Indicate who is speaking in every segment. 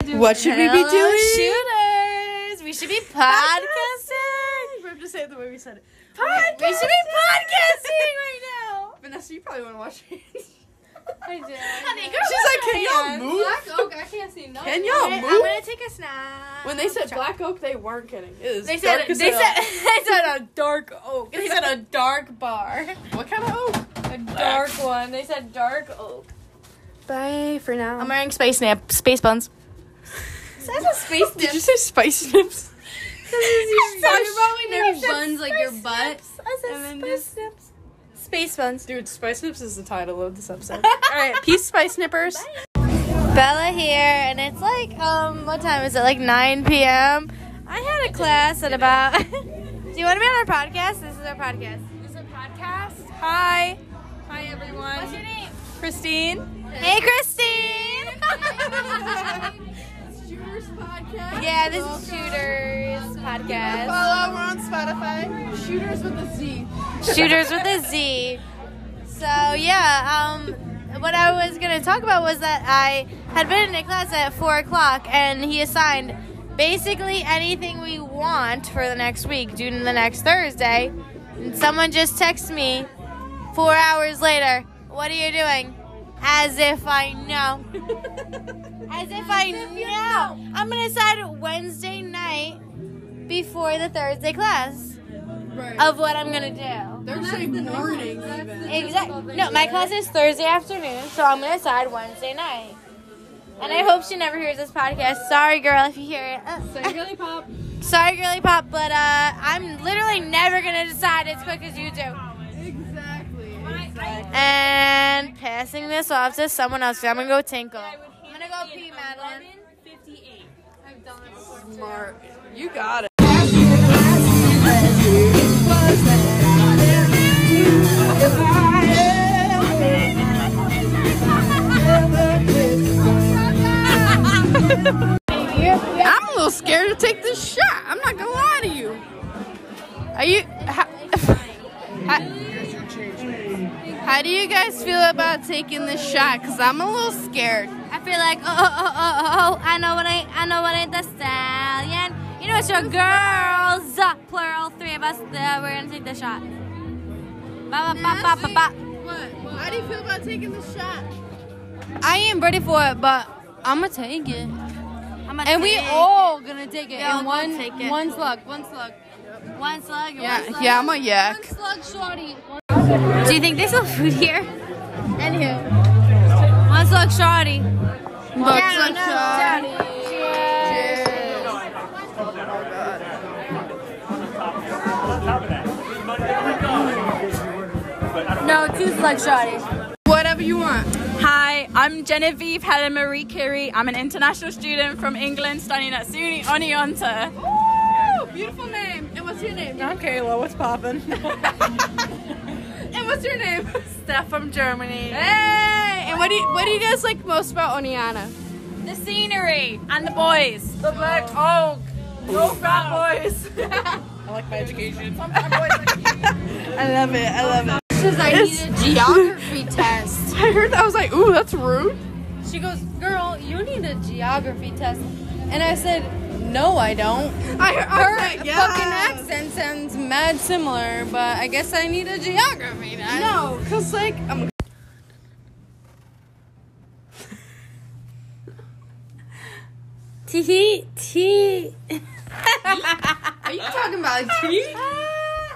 Speaker 1: What should we be
Speaker 2: Hello,
Speaker 1: doing?
Speaker 2: Shooters. We should be podcasting.
Speaker 3: We have to say it the way we said it.
Speaker 2: we should be podcasting right now.
Speaker 3: Vanessa, you probably want to watch it.
Speaker 2: I do.
Speaker 3: Honey,
Speaker 2: Honey,
Speaker 3: go
Speaker 1: She's like, can y'all
Speaker 3: hands.
Speaker 1: move?
Speaker 3: Black Oak, I can't see nothing.
Speaker 1: Can
Speaker 2: I'm
Speaker 1: y'all
Speaker 2: gonna,
Speaker 1: move?
Speaker 2: I'm gonna take a snap.
Speaker 1: When they said
Speaker 2: Try-
Speaker 1: Black Oak, they weren't kidding. It is
Speaker 2: They said,
Speaker 1: dark
Speaker 2: they,
Speaker 1: as
Speaker 2: said,
Speaker 1: hell.
Speaker 2: they said a dark oak. They said a dark bar.
Speaker 1: What kind of oak?
Speaker 2: A dark one. They said dark oak.
Speaker 1: Bye for now.
Speaker 2: I'm wearing space nap, space buns. That's a space
Speaker 1: Did you say spice nips?
Speaker 3: They're buns like your butt.
Speaker 2: and then just space buns.
Speaker 1: Dude, Spice Nips is the title of this episode. Alright, peace, Spice Nippers.
Speaker 2: Bella here, and it's like, um, what time is it? Like 9 p.m. I had a class at about. Do you want to be on our podcast? This is our podcast.
Speaker 3: This is a podcast.
Speaker 2: Hi,
Speaker 3: Hi, everyone. What's your name?
Speaker 2: Christine. Hey, Christine.
Speaker 3: Shooters Podcast.
Speaker 2: yeah, this is Shooters podcast.
Speaker 1: Follow, we're on Spotify.
Speaker 3: Shooters with a Z.
Speaker 2: Shooters with a Z. So yeah, um, what I was gonna talk about was that I had been in a class at four o'clock, and he assigned basically anything we want for the next week, due to the next Thursday. And someone just texted me four hours later, "What are you doing?" As if I know. As if I know. I'm gonna decide Wednesday night before the Thursday class
Speaker 3: Right.
Speaker 2: of what I'm gonna do.
Speaker 3: They're saying morning, even.
Speaker 2: Exactly. No, my class is Thursday afternoon, so I'm gonna decide Wednesday night. And I hope she never hears this podcast. Sorry, girl, if you hear it.
Speaker 3: Say
Speaker 2: Uh,
Speaker 3: really pop.
Speaker 2: sorry, girly pop, but uh, I'm literally never gonna decide as quick as you do.
Speaker 3: Exactly.
Speaker 2: And passing this off to someone else. 'cause I'm gonna go tinkle. I'm gonna go pee, Madeline.
Speaker 1: Smart. You got it. I'm a little scared to take this shot. I'm not gonna lie to you. Are you? How, how, how do you guys feel about taking this shot? Cause I'm a little scared.
Speaker 2: I feel like oh oh oh oh, oh I know what I I know what ain't the stallion. You know it's your girls, uh, plural, three of us. Uh, we're gonna take the shot. Ba ba ba ba ba ba.
Speaker 1: What? How do you feel about taking the shot?
Speaker 3: I ain't ready for it, but I'm gonna take it.
Speaker 2: I'm gonna
Speaker 3: And we
Speaker 2: take
Speaker 3: all gonna take it.
Speaker 2: We all
Speaker 3: in
Speaker 2: gonna
Speaker 3: one,
Speaker 2: take it.
Speaker 3: one slug, one slug.
Speaker 2: one slug. and
Speaker 1: Yeah,
Speaker 2: one slug.
Speaker 1: yeah, I'm a yak.
Speaker 3: One slug, shorty.
Speaker 2: Do you think they sell food here? And who? One slug, shawty.
Speaker 1: Looks
Speaker 2: Down,
Speaker 1: like shot.
Speaker 2: down, down. No, two slug, shawty.
Speaker 1: Whatever you want.
Speaker 4: Hi, I'm Genevieve Helen Marie Curie. I'm an international student from England studying at SUNY Oneonta.
Speaker 3: Beautiful name. And what's your name?
Speaker 4: I'm Kayla, what's poppin'?
Speaker 3: And what's your name?
Speaker 4: Steph from Germany.
Speaker 1: Hey! And what do you, what do you guys like most about Oniana?
Speaker 4: The scenery and the boys. The black oak. No fat boys.
Speaker 1: I love it. I love it.
Speaker 3: Because I
Speaker 1: It's-
Speaker 3: need a geography test.
Speaker 1: I heard that. I was like, ooh, that's rude.
Speaker 3: She goes, girl, you need a geography test. And I said, no, I don't.
Speaker 1: I heard. I
Speaker 3: Her
Speaker 1: was like, yeah.
Speaker 3: fucking accent sounds mad similar, but I guess I need a geography test.
Speaker 1: No, cause like I'm.
Speaker 2: Tee tee.
Speaker 1: Are you talking about teak?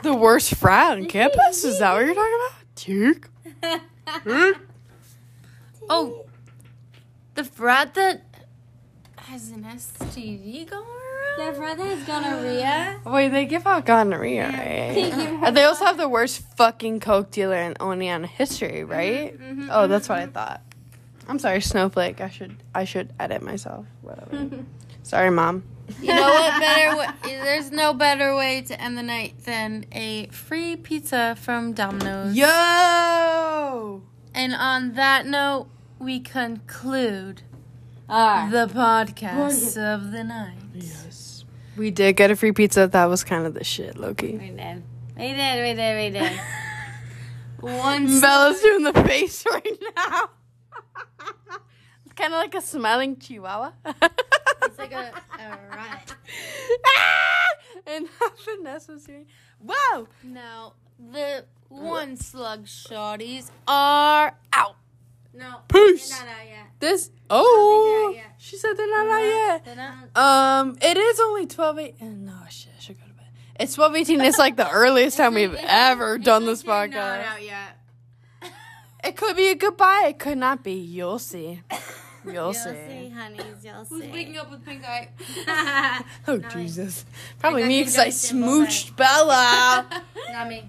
Speaker 1: The worst frat on campus? Is that what you're talking about? Teak.
Speaker 3: Oh, the frat that has an STD going around?
Speaker 2: Their brother is gonorrhea.
Speaker 1: Wait, they give out gonorrhea, right? And they also have Mm-hmm, the worst fucking coke dealer in Oniana history, right? oh, that's what I thought. I'm sorry, Snowflake. I should I should edit myself. Whatever. sorry, mom.
Speaker 3: You know what better wa- There's no better way to end the night than a free pizza from Domino's.
Speaker 1: Yo.
Speaker 3: And on that note, we conclude
Speaker 2: Alright.
Speaker 3: the podcast of the night.
Speaker 1: Yes. We did get a free pizza. That was kind of the shit, Loki.
Speaker 2: We did. We did. We did. We did.
Speaker 3: One
Speaker 1: Bella's doing the face right now. it's kind of like a smiling chihuahua.
Speaker 3: It's like a, a riot.
Speaker 1: and Vanessa's doing. Whoa!
Speaker 3: Now, the one slug shotties are out. No.
Speaker 1: Peace.
Speaker 3: They're not out yet.
Speaker 1: This. Oh!
Speaker 3: they're out yet.
Speaker 1: She said they're not out yet.
Speaker 3: They're not.
Speaker 1: Um, it is only 12 8. No, shit, I should go to bed. It's 12 18. It's like the earliest time we've ever done this podcast.
Speaker 3: out yet.
Speaker 1: It could be a goodbye. It could not be. You'll see. You'll
Speaker 2: See,
Speaker 1: see.
Speaker 2: honeys, you'll
Speaker 3: Who's waking
Speaker 2: see.
Speaker 3: up with pink eye?
Speaker 1: Oh, Jesus. Probably me
Speaker 3: think
Speaker 1: because I
Speaker 3: I'm simple, right?
Speaker 1: smooched Bella.
Speaker 3: Not me.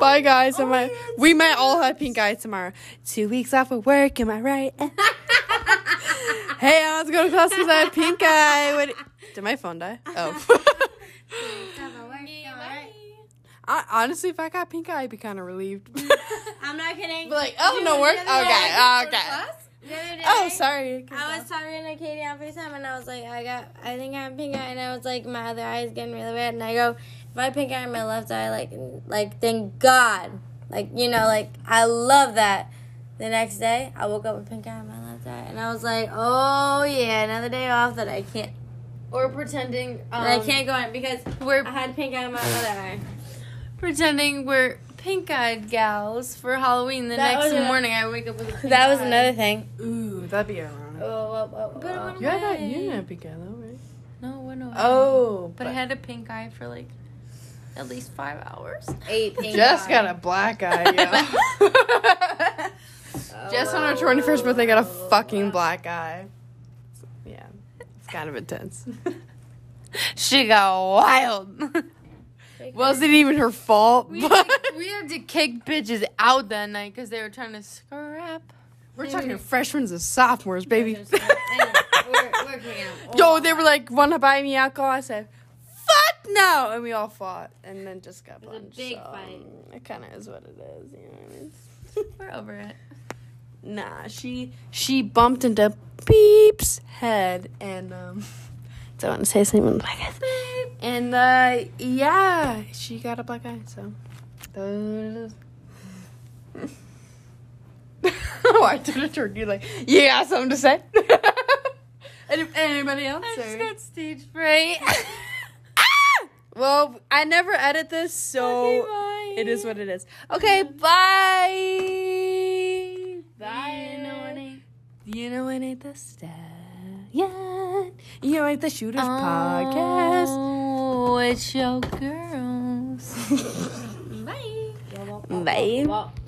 Speaker 1: Bye, guys. Am I,
Speaker 2: Oh,
Speaker 1: we might all have pink eye tomorrow. Two weeks off of work. Am I right? hey, I was going to class because I have pink eye. What, did my phone die? Oh. I, honestly, if I got pink eye, I'd be kind of relieved.
Speaker 2: I'm not kidding.
Speaker 1: Be like, oh, no work? Okay, okay.
Speaker 2: The other day,
Speaker 1: Oh, sorry.
Speaker 2: I was talking to Katie on FaceTime and I was like, I got, I think I have pink eye, and I was like, my other eye is getting really red, and I go, if I have pink eye in my left eye, like, like, thank God, like, you know, like, I love that. The next day, I woke up with pink eye in my left eye, and I was like, oh yeah, another day off that I can't,
Speaker 3: Or pretending um,
Speaker 2: that I can't go in because
Speaker 3: we're
Speaker 2: I had pink eye in my other eye.
Speaker 3: pretending we're pink-eyed gals for Halloween. The
Speaker 2: That
Speaker 3: next
Speaker 2: was a-
Speaker 3: morning, I wake up with a pink
Speaker 2: That was
Speaker 3: eye.
Speaker 2: another thing.
Speaker 1: Ooh, that'd be ironic.
Speaker 2: Oh, oh, oh,
Speaker 3: But
Speaker 2: oh.
Speaker 3: when
Speaker 1: You had that,
Speaker 3: I-
Speaker 1: you didn't have pink eye, though, right?
Speaker 3: No, when I-
Speaker 1: Oh,
Speaker 3: but I had a pink eye for like at least five hours.
Speaker 2: Eight pink
Speaker 1: Jess
Speaker 2: eye.
Speaker 1: got a black eye, yo. Jess on her 21st birthday got a fucking black eye. Yeah, it's kind of intense.
Speaker 3: She got wild.
Speaker 1: Wasn't even her fault,
Speaker 3: we,
Speaker 1: but.
Speaker 3: had to, we had to kick bitches out that night because they were trying to scrap.
Speaker 1: We're talking freshmen and sophomores, baby.
Speaker 3: We're, we're
Speaker 1: Yo, they were like, "Want to buy me alcohol?" I said, "Fuck no!" And we all fought, and then just got
Speaker 2: was a
Speaker 1: punched.
Speaker 2: big
Speaker 1: so, um,
Speaker 2: fight.
Speaker 1: It kind of is what it is, you know what I mean?
Speaker 3: We're over it.
Speaker 1: Nah, she she bumped into Beep's head, and um, don't want to say something like that. And uh, yeah, she got a black eye. So, those. oh, I did a turn. You like, you got something to say? Any- Anybody else? or-
Speaker 3: stage fright.
Speaker 1: Well, I never edit this, so it is what it is. Okay, bye. Bye. You know it ain't. You know it ain't the stallion. You know it ain't the shooters podcast.
Speaker 3: Oh, it's your girls.
Speaker 1: Bye.